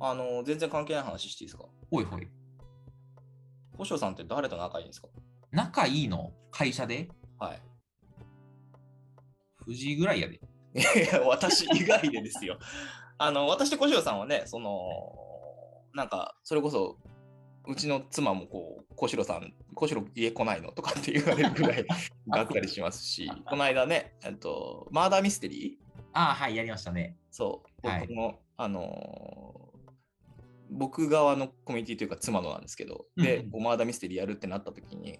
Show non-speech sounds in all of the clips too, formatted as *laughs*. あの、全然関係ない話していいですかほいほい。保証さんって誰と仲いいんですか仲いいの会社ではい。藤井ぐらいやで。いや私以外でですよ。 *laughs* あの、私と小塩さんはね、その、なんか、それこそ、うちの妻もこう、小城さん、小城家来ないのとかって言われるぐらいがっかりします *laughs* し、この間ね、えっと、マーダーミステリーああ、はい、やりましたね。そう、はい僕の、あのー僕側のコミュニティというか妻のなんですけど、で、うんうんこうマーダーミステリーやるってなった時に、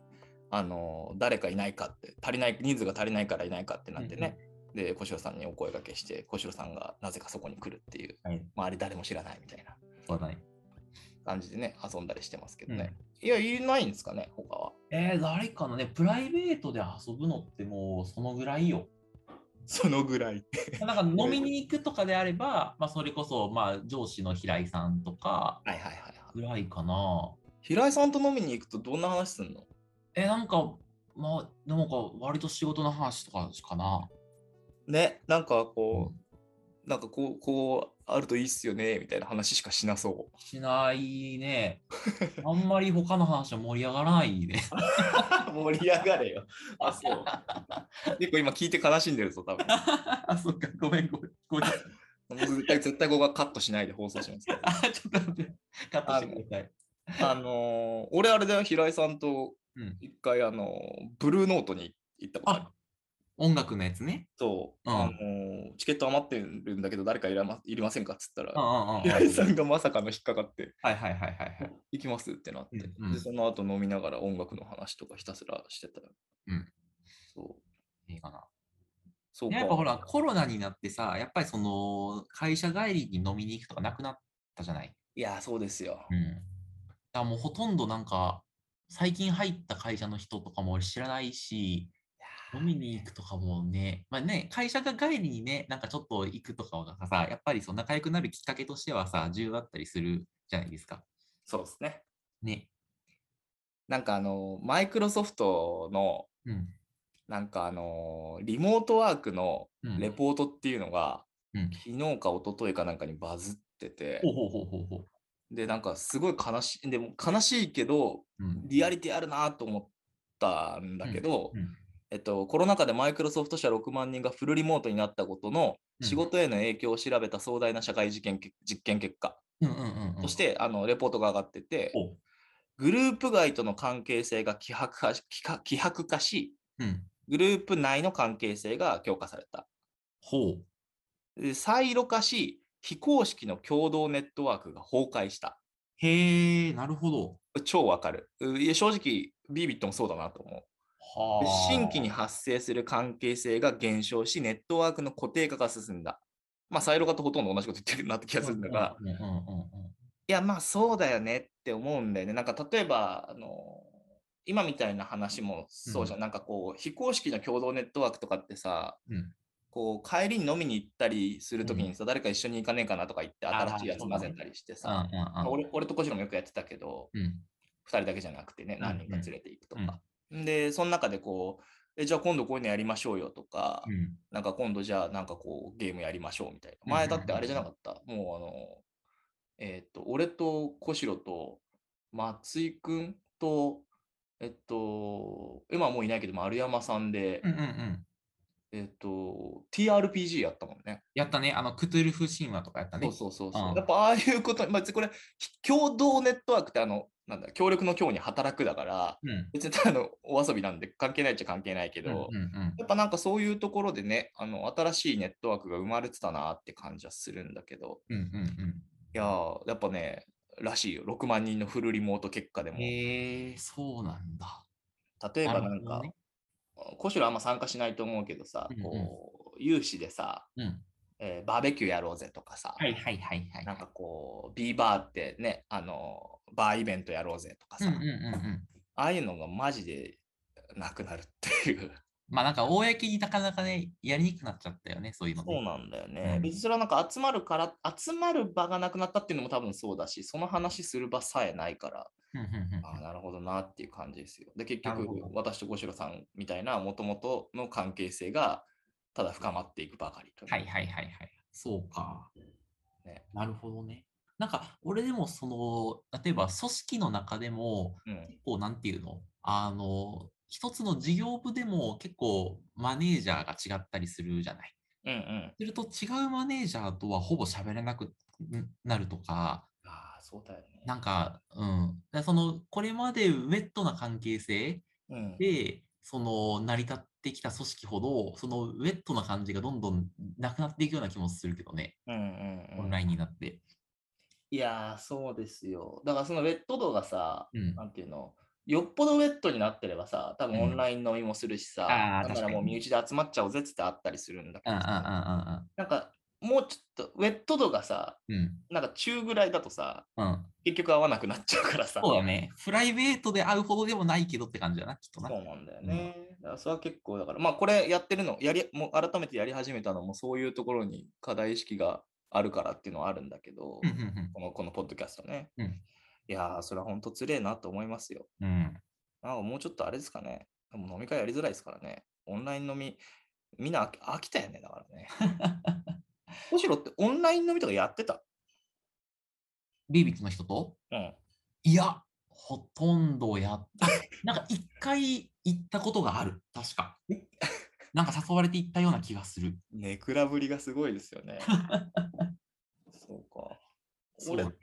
あのー誰かいないかって、足りない、人数が足りないからいないかってなってね、で、小城さんにお声掛けして、小城さんがなぜかそこに来るっていう、はい周り誰も知らないみたいなそうだね。感じでね、遊んだりしてますけどね。いや、いないんですかね、他は。えー、誰かのね、プライベートで遊ぶのってもうそのぐらいよ。そのぐらい。なんか飲みに行くとかであれば、まあ、それこそ、まあ、上司の平井さんとはかいはいはいはい。ぐらいかな。平井さんと飲みに行くとどんな話すんのえ、なんか、まあ、なんか割と仕事の話とかかな。ね、なんかこう、なんかこう、こうあるといいっすよね、みたいな話しかしなそう。しないね。あんまり他の話は盛り上がらないね。 *laughs* *laughs* 盛り上がれよ。あ、そう。 *laughs* 結構今聞いて悲しんでるぞ、多分。あ、そっか、ごめん、ごめん。ごめん絶対、絶対ここはカットしないで放送します *laughs* けど。あ、ちょっと待って。カットしてください。あのー俺あれだよ、平井さんとうん一回、あのーブルーノートに行ったことあるあ、音楽のやつね。そう、うんあのーチケット余ってるんだけど、誰かいらまいりませんかっつったうんうら、んうん。はい平井さんがまさかの引っかかって、はいはいはいはい。 *laughs* 行きますってなって、うんうんで、その後飲みながら音楽の話とかひたすらしてたよ。うんそう。いいかな。そうか。やっぱほら、コロナになってさ、やっぱりその、会社帰りに飲みに行くとかなくなったじゃない。いや、そうですよ。うん。だからもうほとんどなんか、最近入った会社の人とかも俺知らないし、飲みに行くとかもね、まあね、会社が帰りにね、なんかちょっと行くとかがさ、やっぱりそう仲良くなるきっかけとしてはさ、重要だったりするじゃないですか。そうですね。ね。なんかあの、マイクロソフトの、うん。なんかあの、リモートワークのうん、レポートっていうのが、うん昨日か一昨日かなんかにバズっててほ、うほうほうほうほう。で、なんかすごい悲しい、でも悲しいけど、うん。リアリティあるなと思ったんだけど、うんうんえっと、コロナ禍でマイクロソフト社6万人がフルリモートになったことのうん仕事への影響を調べた壮大な社会事件け実験結果うんうんうんうん。として、あのレポートが上がってて、おう、グループ外との関係性が希薄化し希薄希薄化し、うん。グループ内の関係性が強化された。ほう。でサイロ化し、非公式の共同ネットワークが崩壊した。へえ、なるほど。超わかる。ういや正直、ビビットもそうだなと思うはで。あ。新規に発生する関係性が減少し、ネットワークの固定化が進んだ。まあ、サイロ化とほとんど同じこと言ってるなって気がするんだが、うんうんうんうんいや、まあそうだよねって思うんだよね。なんか例えば、あの、今みたいな話もそうじゃん。なんかこう、非公式の共同ネットワークとかってさ、うんこう、帰りに飲みに行ったりするときにさ、誰か一緒に行かねえかなとか言って、あー新しいやつ混ぜたりしてうんさ、うんまあ俺俺と小次郎もよくやってたけど、うんうん2人だけじゃなくてね、うん何人か連れて行くとうんか。で、その中でこう、え、じゃあ今度こういうのやりましょうよとか、うんなんか今度じゃあなんかこうゲームやりましょうみたいうんな。前だってあれじゃなかった。もうあの、えーっと、俺と小城と松井くんと、えっと、今はもういないけど丸山さんで、うんうんうんえっと、TRPG やったもんね。やったね、あの、クトゥルフ神話とかやったそねう。そうそうそう。うんやっぱああいうこと、まあ、別にこれ、共同ネットワークってあの、なんだ、協力の協に働くだから、うん。別にただのお遊びなんで関係ないっちゃ関係ないけうんど、うんうんやっぱなんかそういうところでね、あの新しいネットワークが生まれてたなって感じはするんだけど、うんうんいやー、やっぱね、らしいよ、6万人のフルリモート結果でうんも。例へえ、そうなんだ。えばななるんほどかね、小城、あんま参加しないと思うけどさ、うんうんこう、有志でさ、うん。えーバーベキューやろうぜとかさ、はいはいはいはい。なんかこう、ビーバーってね、あの、バーイベントやろうぜとかうんさ、うんうんうん。ああいうのがマジでなくなるっていう。まあなんか、公になかなかね、やりにくくなっちゃったよね、そういうのね。そうなんだよね。うん別にそれはなんか集まるから、集まる場がなくなったっていうのも多分そうだし、その話する場さえないから、うんうんうんああ、なるほどなっていう感じですよ。で、結なる局ほど、私と小城さんみたいな、もともとの関係性が、ただ深まっていくばかりという。はいはいはいはい。そうかね。なるほどね。なんか俺でもその例えば組織の中でもうん、こうなんていうのあの一つの事業部でも結構マネージャーが違ったりするじゃない。うん、うん。すると違うマネージャーとはほぼ喋れなくなるとか、ああ、そうだよね。なんか、うん、だからそのこれまでウェットな関係性うん、で、その成り立ってきた組織ほど、そのウェットな感じがどんどんなくなっていくような気もするけどね、うん、うん。オンラインになって。いやー、そうですよ。だからそのウェット度がさ、うん。なんていうの、よっぽどウェットになってればさ、多分うオんンライン飲みもするしさ、あーだか確からにもう身内で集まっちゃおうぜっつってあったりするんだけうんどうんさ、なんかもうちょっとウェット度がさ、うんうん。なんか中ぐらいだとさ、うん。うん。結局合わなくなっちゃうからさ。そうだね。プライベートで会うほどでもないけどって感じだな、きっとな。そうなんだよね。だからそれは結構だから、まあこれやってるの、やりもう改めてやり始めたのもそういうところに課題意識があるからっていうのはあるんだけど、うんうんこのこのポッドキャストね。うんいやー、それは本当つれえなと思いますよ。うん。うん。なんかもうちょっとあれですかね。でも飲み会やりづらいですからね。オンライン飲み、みんな飽き飽きたよね、だからね。 *laughs* むしろってオンライン飲みとかやってた。ビビットの人とうん。いや、ほとんどやった。 *laughs* なんか一回行ったことがある。確か。 *laughs* なんか誘われて行ったような気がする。ねくらぶりがすごいですよね。そうか。俺そう、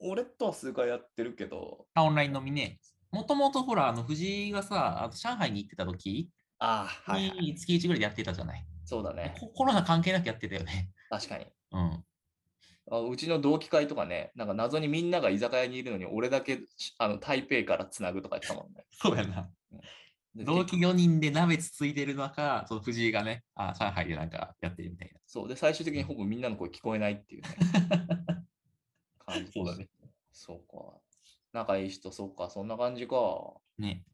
俺とは数回やってるけど、あオンライン飲みね。もともとほら、あの藤井がさ、あの上海に行ってた時ああ、はい、はい。に月1ぐらいでやってたじゃない。そうだね。ココロナ関係なくやってたよね。 *laughs* 確かにうん。あ。うちの同期会とかね、なんか謎にみんなが居酒屋にいるのに、俺だけしあの台北からつなぐとか言ってたもんね。そうやな。で同期4人で鍋つついてる中、その藤井がね、あ上海でなんかやってるみたいな。そうで最終的にほぼみんなの声聞こえないっていう、ね、 *laughs* 感じそうだね。そうか。仲いい人、そうか、そんな感じか。ね。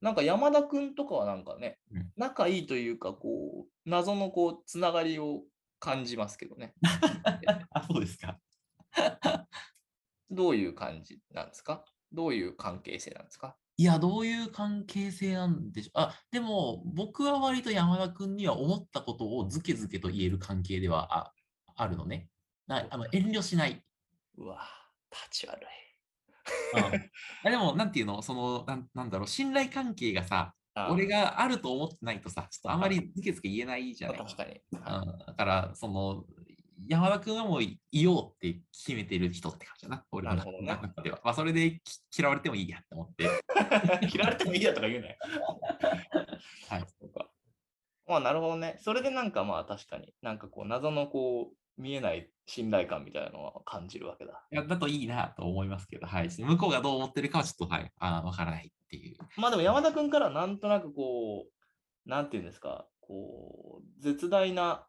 なんか山田君とかはなんかね、うん仲いいというか、こう、謎のこう、つながりを感じますけどね。あ、そうですか。どういう感じなんですかどういう関係性なんですかいや、どういう関係性なんでしょう。あ、でも僕は割と山田君には思ったことをずけずけと言える関係ではああるのね。なあの遠慮しない。うわ、立ち悪い。うん、でも、なんていうの、そのなん、なんだろう、信頼関係がさ、あ俺があると思ってないとさ、ちょっとあんまはりずけずけ言えないじゃない。確かに。うん、だから、その、山田君はもういようって決めてる人って感じだな、俺のなるほどね中では。まあ、それでき嫌われてもいいやって思って。 *laughs* 嫌われてもいいやとか言うなよ。はい *laughs* そうか。まあなるほどね。それでなんかまあ確かに、なんかこう謎のこう見えない信頼感みたいなのは感じるわけだ。いやだといいなと思いますけど、はい。向こうがどう思ってるかはちょっと、はい、あーわからないっていう。 *laughs* まあでも山田君からなんとなくこう、なんていうんですか、こう、絶大な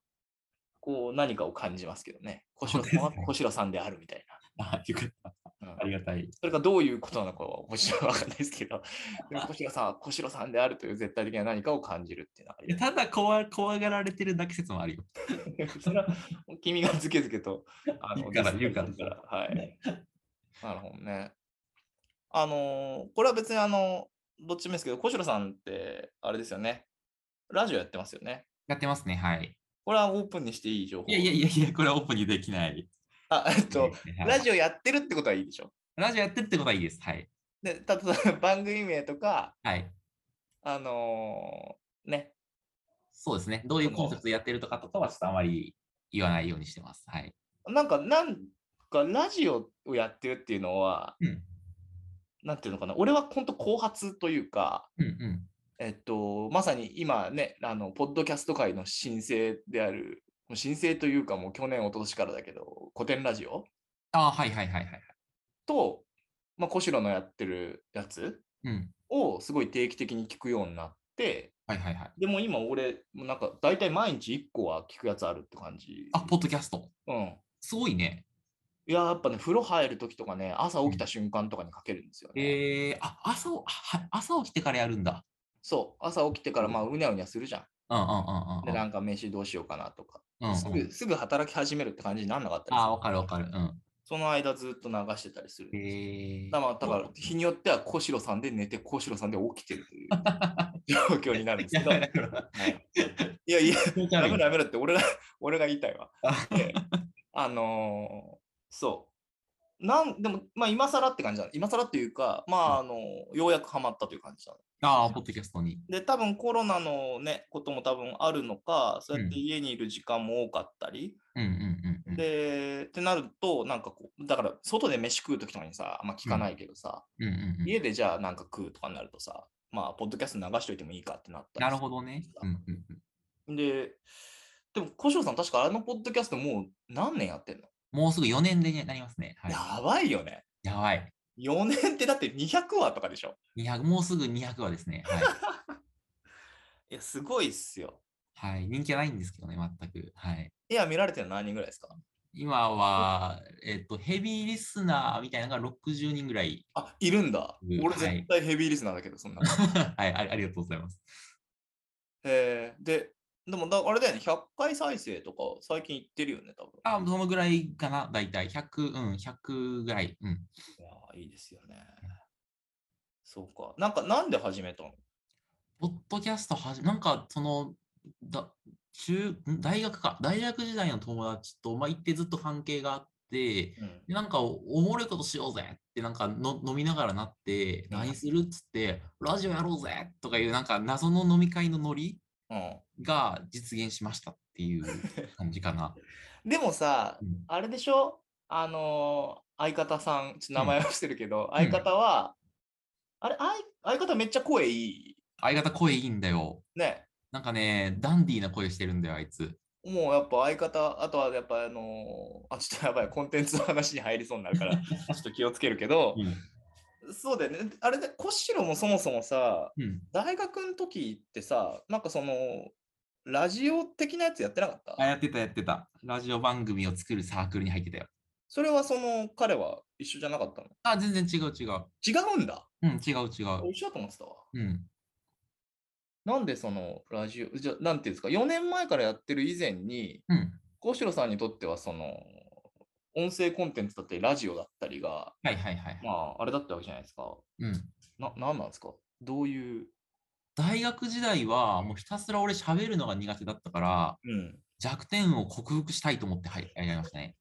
こう何かを感じますけどね。小そう城さですねんは小城さんであるみたいあーよかった。な。うんありがたい。それがどういうことなのかはもちろんわかんないですけ *laughs* ど、でも小城さんは小城さんであるという絶対的な何かを感じるっていうのはありますただ怖、怖がられてるだけ説もあるよ。それは君がずけずけと、あ言うからディスって言うから。はい。なるほどね。あのーこれは別にあの、どっちもいいですけど、小城さんって、あれですよね。ラジオやってますよね。やってますね、はい。これはオープンにしていい情報。いやいやいやいや、これはオープンにできない。あ、えっと、はいラジオやってるってことはいいでしょ。ラジオやってるってことはいいです。はい。で、たとえば番組名とか、はい。あのーね、そうですね。どういうコンセプトでやってるとかとかは、ちょっとあまり言わないようにしてます。はい。なんか、なんか、ラジオをやってるっていうのは、うん。なんていうのかな、俺は本当後発というか、うんうん。えっと、まさに今ね、あの、ポッドキャスト界の新星である、もう新星というかもう去年、一昨年からだけど、古典ラジオああ、はいはいはいはい。と、まあ、小城のやってるやつうん。をすごい定期的に聞くようになって、はいはいはい。でも今俺、もうなんか大体毎日1個は聞くやつあるって感じ。あ、ポッドキャスト。うん。すごいね。いや、やっぱね、風呂入るときとかね、朝起きた瞬間とかにかけるんですよね。えー、あ、朝を、は朝起きてからやるんだ。そう、朝起きてからまあうにゃうにゃするじゃうんうんうんん。で、なんか飯どうしようかなとか。うんうん。すうんうんぐすぐ働き始めるって感じになんなかったりするああ、わかるわかる。うん。その間ずっと流してたりするんですよ。えー、だからだから日によっては小城さんで寝て小城さんで起きてる *laughs* という状況になるんですけど、やはばいいだからいやいや、気持ちや悪めいろや *laughs* めろって俺が俺が言いたいわあ。であのーそう。なんでも、まあ、今更って感じだ。今更っていうか、まあ、あの、ようやくハマったという感じだ。 *laughs* ああ、ポッドキャストに。で、多分コロナのね、ことも多分あるのか、そうやってうん家にいる時間も多かったり、うんうんうんうん。で、ってなると、なんかこう、だから、外で飯食うときとかにさ、あんま聞かないけどさ、うんうんうん家でじゃあなんか食うとかになるとさ、まあ、ポッドキャスト流しといてもいいかってなったりなるほどね。うんうんうんで、でも、小翔さん、確かあのポッドキャストもう何年やってんの、もうすぐ4年でねなりますね。はい、やばいよね。やばい。 4年ってだって200話とかでしょ200もうすぐ200話ですね。はい。いや、すごいっすよ。はい、 *laughs* 人気はないんですけどね、全く。はい。いや、見られてるの何人ぐらいですか今は、えっと、ヘビーリスナーみたいなのが60人ぐらい。 *laughs* あ、いるんだう。ん俺はい絶対ヘビーリスナーだけど、そんなの。はいあ、ありがとうございます。えーで、でもだ、あれだよね、100回再生とか最近言ってるよね、多分。あ、そのぐらいかな、大体。100、うん、100ぐらい。うん。いやー、いいですよね。そうか。なんか、なんで始めたのポッドキャストはじ、なんか、その、だ中ん大学か、大学時代の友達と、まあ、行ってずっと関係があって、うん。でなんかお、おもろいことしようぜって、なんかの飲みながらなって、うん何するっつって、ラジオやろうぜとかいう、なんか謎の飲み会のノリうが実現しましたっていう *laughs* 感じかな。ん、でもさう、んあれでしょあのー相方さん、ちょっと名前は伏せるけど、相方は、あれ、あい相方めっちゃ声いい。相方声いいんだよ。ね。なんかね、ダンディーな声してるんだよ、あいつ。もうやっぱ相方、あとはやっぱあのーあ、ちょっとやばい、コンテンツの話に入りそうになる *laughs* から、ちょっと気をつけるけど、そうだよね。あれで、コシロもそもそもさ、うん。大学の時ってさ、なんかその、ラジオ的なやつやってなかったあ、やってた、やってた。ラジオ番組を作るサークルに入ってたよ。それはその、彼は一緒じゃなかったのあ、全然違う、違う。違うんだ。うん、違う、違う。一緒だと思ってたわ。うん。なんでそのラジオ、じゃなんていうんですか、4年前からやってる以前に、うん。幸四郎さんにとっては、その、音声コンテンツだったり、ラジオだったりが、はいはいはい。まあ、あれだったわけじゃないですか。うん。な、なんなんですかどういう。大学時代は、もうひたすら俺喋るのが苦手だったから、うん。弱点を克服したいと思って、はい、やりましたね。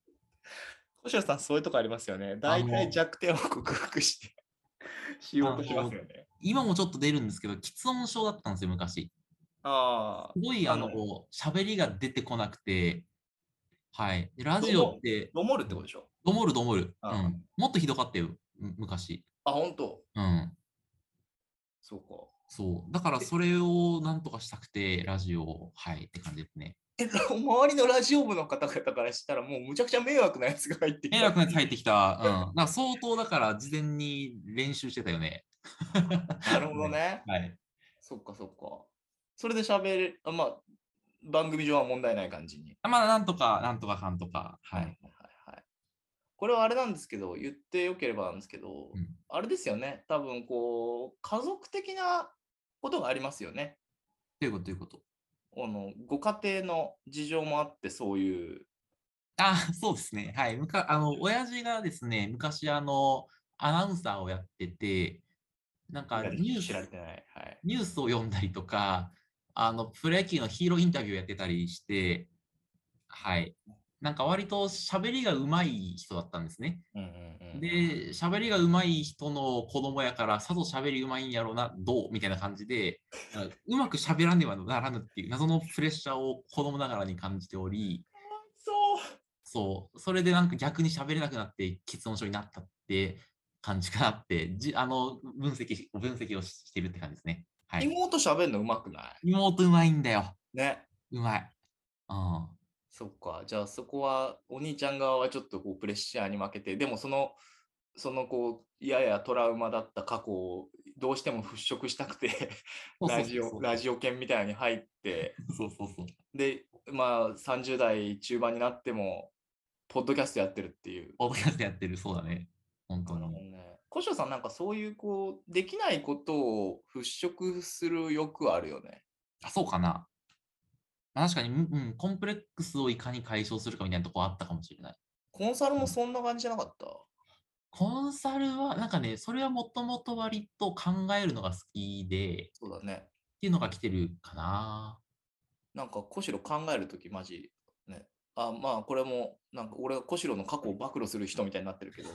幸四郎さん、そういうとこありますよね。大あ体の弱点を克服して、 *laughs* しようとしますよね。今もちょっと出るんですけど、喫音症だったんですよ、昔。ああす。ごい、あのあの、喋りが出てこなくて、はい。でラジオって、どもるってことでしょどもるどもる。うあん。もっとひどかったよ、む昔。あ、本当うん。そうか。そう。だからそれをなんとかしたくて、ラジオを、はい、って感じですね。え、ら周りのラジオ部の方々からしたら、もうむちゃくちゃ迷惑なやつが入ってきた。えらくなって入ってきた。うん。だから相当だから事前に練習してたよね。なるほどね。はい。そっかそっか。それで喋れ、あまあ、番組上は問題ない感じに。まあ、なんとか、なんとかかんとか。はい。はいはい。これはあれなんですけど、言ってよければなんですけど、うんあれですよね、多分こう、家族的なことがありますよね。ということ、ということ。あのご家庭の事情もあって、そういう。あ、そうですね。はい。むか、あの、親父がですね、昔、あの、アナウンサーをやってて、なんか、ニュー知られス、てない。はい。ニュースを読んだりとか、あの、プロ野球のヒーローインタビューやってたりして、はい。なんか割と喋りが上手い人だったんですね。うんうんうん、で、喋りが上手い人の子供やから、さぞ喋り上手いんやろうな、どうみたいな感じで、なんかうまく喋らねばならぬっていう謎のプレッシャーを子供ながらに感じており、そう。そう、それでなんか逆に喋れなくなって、喫音症になったって感じかなって、じあの、分析し、分析をししてるって感じですね。はい。妹喋るのうまくな妹うまいんだよ。いね。うまい。うん。そっか、じゃあそこはお兄ちゃん側はちょっとこうプレッシャーに負けて、でもその、そのこう、ややトラウマだった過去をどうしても払拭したくて、 *laughs* そうそうラジそオ、うラジオ犬みたいなのに入って、そうそうそう。で、まあ30代中盤になっても、ポッドキャストやってるっていう。ポッドキャストやってる、そうだね。本当なるほにど。ね。小翔さんなんかそういうこう、できないことを払拭する欲あるよね。あ、そうかな。まあ、確かに、うんうん、コンプレックスをいかに解消するかみたいなとこあったかもしれない。コンサルもそんな感じじゃなかった。コンサルは、なんかね、それはもともと割と考えるのが好きで、っそうだね。ていうのが来てるかな。なんか、小しろ考えるとき、マジ、ね、あまあこれもなんか俺は小代の過去を暴露する人みたいになってるけど *laughs*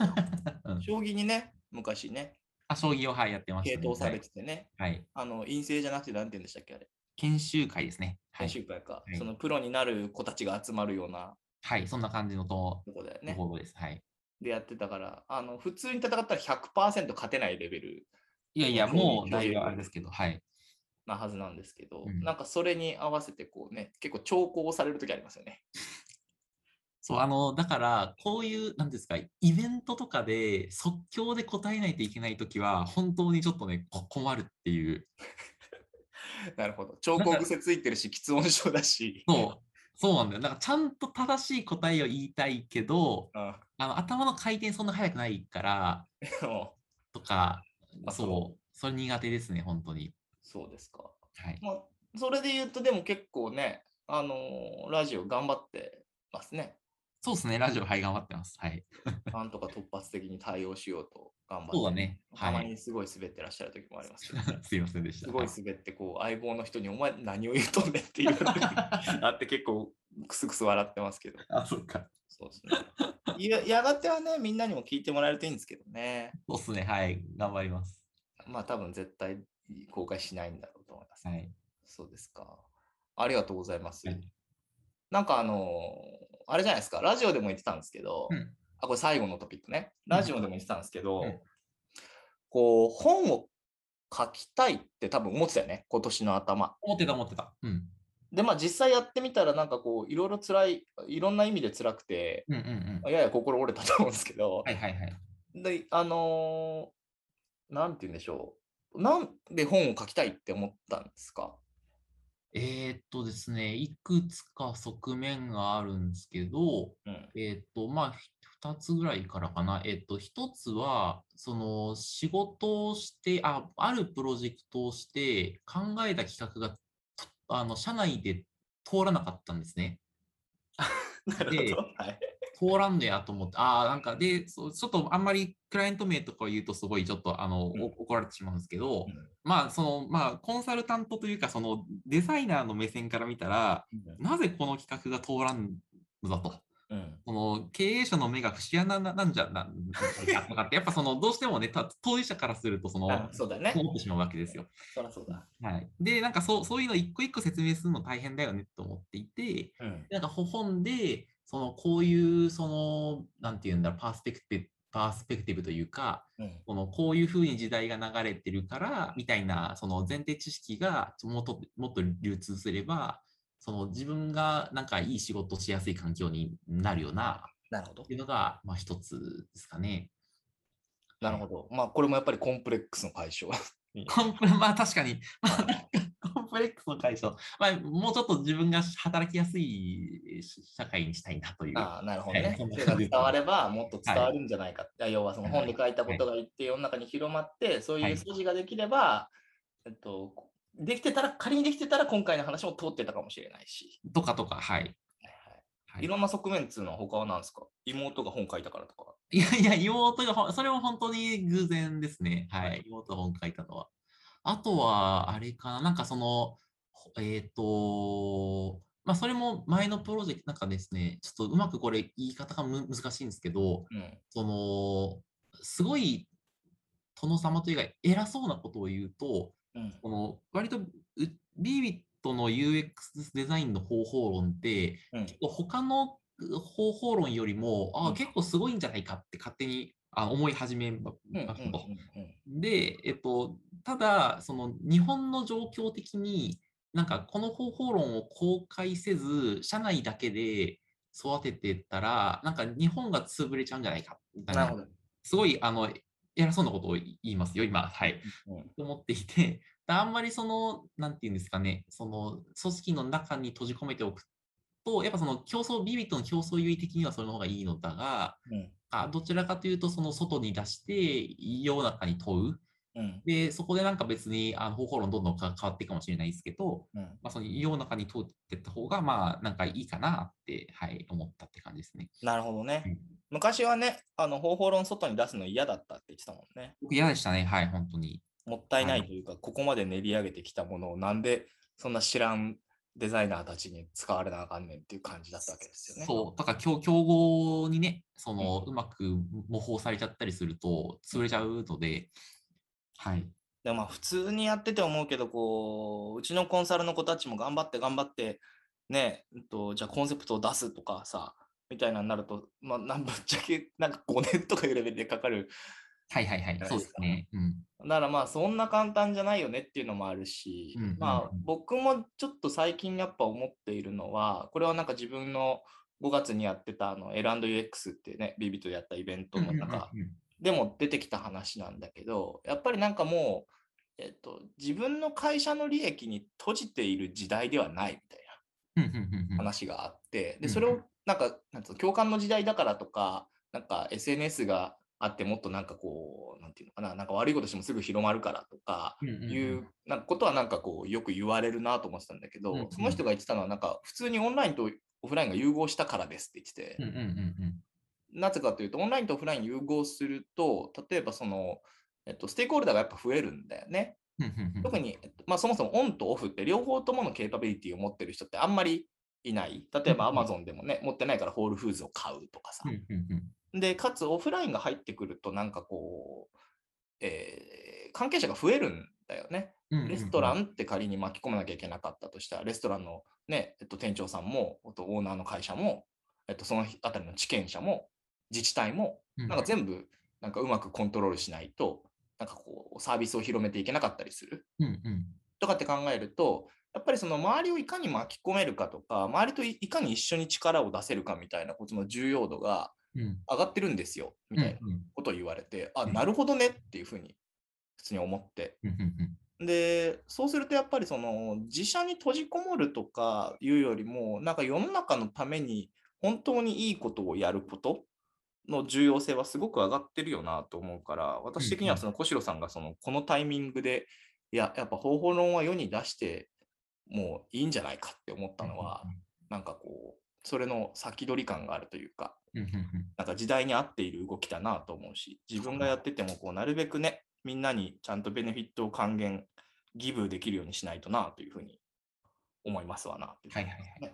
うん将棋にね昔ねあ、将棋をはいやってまし系た、ね。統されててね、はい。はいあの陰性じゃなくて何て言うんでしたっけあれ研修会ですね。は研い。修会か、いそのプロになる子たちが集まるようなはい、そんな感じのと、とこだよねところです。はい。でやってたからあの普通に戦ったら100%勝てないレベルいやいや、そういうもう教だい育ぶあれですけど、はい。なはずなんですけど、うんなんかそれに合わせてこうね結構長考される時ありますよね。 *laughs* そう、あの、だから、こういう、なんですか、イベントとかで即興で答えないといけないときは、本当にちょっとね、こ困るっていう。なるほど長考癖ついてるし *laughs* 喫音症だし。そう、そうなんだよ。なんか、ちゃんと正しい答えを言いたいけど、うん *laughs* あの頭の回転そんな速くないから、うんとかあ、そそう、それ苦手ですね、本当に。そうですか。はい。まあ、それで言うとでも結構ね、あのーラジオ頑張ってますね。そうですね、ラジオ、はい、頑張ってます。はい。 *laughs* なんとか突発的に対応しようと頑張って。そうだね。たまはい。にすごい滑ってらっしゃる時もありますけど、すいませんでした。すごいはい滑ってこう相棒の人に「お前何を言うとんねん」っていうのが *laughs* あって結構クスクス笑ってますけどあ、そっか。そうですねいややがてはねみんなにも聞いてもらえるといいんですけどねそうっすね、はい。頑張ります。まあ多分絶対公開しないんだろうと思います、はい。そうですかありがとうございます、はいなんかあのーあれじゃないですか、ラジオでも言ってたんですけど、うんあ、これ最後のトピックね、ラジオでも言ってたんですけど、うんこう、本を書きたいって多分思ってたよね、今年の頭。思ってた、思ってた。うん。で、まあ実際やってみたら、なんかこう、いろいろ辛い、いろんな意味で辛くて、うんうんうん。やや心折れたと思うんですけど、はいはいはい。で、あのーなんて言うんでしょう、なんで本を書きたいって思ったんですかえーっとですね、いくつか側面があるんですけど、 *laughs* うん。えーっと、まあ、ひ二つぐらいからかな。えーっと、一つは、その、仕事をして、あ、あるプロジェクトをして、考えた企画が、とあの、社内で通らなかったんですね。なるほど。はい。通らんねやと思って、ああ、なんか、で、そうちょっとあんまりクライアント名とかを言うと、すごいちょっと、あの、おうん怒られてしまうんですけど、うんまあ、その、まあ、コンサルタントというか、その、デザイナーの目線から見たら、なぜこの企画が通らんのだと。うん。その経営者の目が節穴ななんじゃななんじゃとかって、やっぱそのどうしてもね、た当事者からするとその、あ通そうだね。ってしまうわけですよ。そりゃそうだ。はい、で、なんかそうそういうの一個一個説明するの大変だよねと思っていて、うんなんかほ本で、そのこういう、その、なんていうんだろう、パースペクティブ、パースペクティブというか、うんこのこういうふうに時代が流れてるからみたいなその前提知識がもっともっと流通すればその自分がなんかいい仕事をしやすい環境になるよななるほどって。いうのがまあ一つですかね。なるほど。まあ、これもやっぱりコンプレックスの解消。コンプ *laughs* レまあ確かに、まあ、コンプレックスの解消、まあ、もうちょっと自分が働きやすい社会にしたいなとい *laughs* う。ああ、なるほどねはい。それが伝われば、もっと伝わるんじゃないか。いや要は、そのはい本に書いたことが言って、世の中に広まって、そうはいいう筋ができれば、えっと、できてたら、仮にできてたら、今回の話も通ってたかもしれないし。とかとか、はい。はいいろんな側面っつうのは他は何ですか妹が本書いたからとか。いやい *laughs* や、妹がほん、それも本当に偶然ですね。はい。妹が本書いたのは。あとは、あれかな、なんかその、ほえっ、と、まあ、それも前のプロジェクト、なんかですね、ちょっとうまくこれ言い方がむ難しいんですけど、うん。その、すごい殿様というか、偉そうなことを言うと、うん。この、割とう、ビビットの UX デザインの方法論って、うん他の方法論よりも、あうあ、ん結構すごいんじゃないかって勝手にあ思い始めまうん。うん。まうすんと。で、えっと、ただ、その日本の状況的に、なんかこの方法論を公開せず、社内だけで育ててったら、なんか日本が潰れちゃうんじゃないか、みたいなるほど。すごい、あの、偉そうなことを言いますよ、今。はい。うんと思っていて、だあんまりその、なんていうんですかね、その組織の中に閉じ込めておくと、やっぱその競争、ビビットの競争優位的にはそれの方がいいのだが、うん。あどちらかというと、その外に出して、世の中に問う。うん。で、そこでなんか別にあの方法論どんどんか変わっていくかもしれないですけど、うんまあ、その世の中に問うってった方が、まあ、なんかいいかなって、はい、思ったって感じですね。なるほどうね。ん昔はね、あの方法論外に出すの嫌だったって言ってたもんね。僕嫌でしたね、はい、本当に。もったいなはいいというか、ここまで練り上げてきたものをなんでそんな知らんデザイナーたちに使われなあかんねんっていう感じだったわけですよね。そう、だから競競合にね、その、うまく模倣されちゃったりすると、潰れちゃうので、はい。でもまあ普通にやってて思うけどこううちのコンサルの子たちも頑張って頑張ってねうんとじゃあコンセプトを出すとかさみたいなのになるとまあなんぶっちゃけなんか5年とかいうレベルでかかるはいはいはじいゃ、ないそうでですすかね。うん。だからまあそんな簡単じゃないよねっていうのもあるし、うんうんうんまあ僕もちょっと最近やっぱ思っているのはこれはなんか自分の5月にやってたあの L&UX っていうねビビとやったイベントの中うんうんうんでも出てきた話なんだけど、やっぱりなんかもう、えっと、自分の会社の利益に閉じている時代ではないみたいうんうんうんうんな話があって、うんで、それうをんなんか、なんつうの、共感の時代だからとか、なんか SNS があってもっとなんかこう、なんていうのかな、なんか悪いことしてもすぐ広まるからとか、うんうんうんいうなんかことはなんかこうよく言われるなと思ってたんだけど、うんうんその人が言ってたのはなんか普通にオンラインとオフラインが融合したからですって言ってて、うんうんうんなぜかというと、オンラインとオフライン融合すると、例えばその、えっと、ステークホルダーがやっぱ増えるんだよね。うんうんうんうん特に、えっとまあ、そもそもオンとオフって両方とものケーパビリティを持ってる人ってあんまりいない。例えばうんうん Amazon でもね、持ってないからホールフーズを買うとかさう。んうんうんで、かつオフラインが入ってくると、なんかこう、えー関係者が増えるんだよね。うんうんうんレストランって仮に巻き込まなきゃいけなかったとしたら、レストランの、ねえっと、店長さんも、あとオーナーの会社も、えっと、そのあたりの地権者も、自治体も、うんなんか全部、なんかうまくコントロールしないと、なんかこう、サービスを広めていけなかったりするうんうんとかって考えると、やっぱりその周りをいかに巻き込めるかとか、周りといいかに一緒に力を出せるかみたいなことの重要度がうん上がってるんですよ、みたいなうんうんことを言われて、あ、うんなるほどねっていうふうに、普通に思って。うんうんうんで、そうするとやっぱりその自社に閉じこもるとかいうよりも、なんか世の中のために本当にいいことをやることの重要性はすごく上がってるよなと思うから、私的にはその小代さんがそのこのタイミングで、いや、やっぱ方法論は世に出してもういいんじゃないかって思ったのは、なんかこう、それの先取り感があるというか、うんうんうんなんか時代に合っている動きだなと思うし、自分がやっててもこう、なるべくね、みんなにちゃんとベネフィットを還元、ギブできるようにしないとなというふうに思いますわな。はいはいは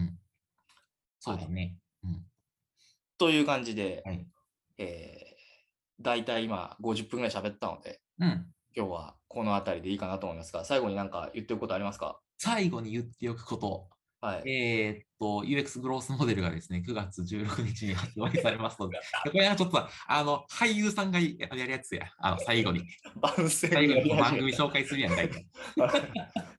いそうだねうんという感じで、はいえー、大体今50分ぐらい喋ったので、うん今日はこの辺りでいいかなと思いますが、最後になんか言っておくことありますか最後に言っておくことはい。えーっと、UX グロースモデルがですね、9月16日 *laughs* に発売されますので、これはちょっと、あの、俳優さんがややるやつや、あ *laughs* の、最後に、 *laughs* 番宣最後やり始にめた番組紹介するやんかい。 *laughs* ち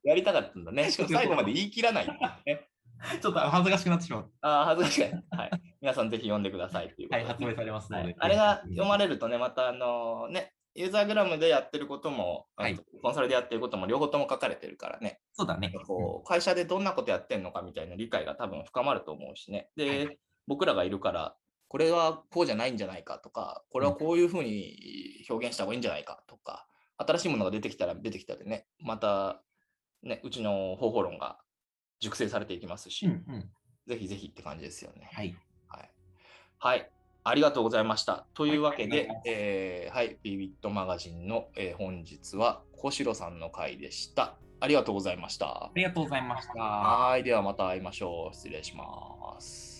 *laughs* やりたかったんだね。しかも最後まで言い切らないっていうね。ょっと恥ずかしくなってしまう。ああ、恥ずかしい。はい。皆さんぜひ読んでくださいというこはとい、で。発売されますのはでい。あれが読まれれるとね、またあのね、ユーザーグラムでやってることも、はいあとコンサルでやってることも両方とも書かれてるからね、そうだね。こう会社でどんなことやってんのかみたいな理解が多分深まると思うしね。で、はいは僕らがいるから、これはこうじゃないんじゃないかとか、これはこういうふうに表現した方がいいんじゃないかとか、新しいものが出てきたら出てきたでね、また、ね、うちの方法論が熟成されていきますし、うんうん。ぜひぜひって感じですよね。はい。はい。はい。ありがとうございました。というわけはいありでがとう、えーはい、ビビットマガジンの、えー本日は小代さんの回でした。ありがとうございましたあ。りがとうございました。はい。ではまた会いましょう。失礼します。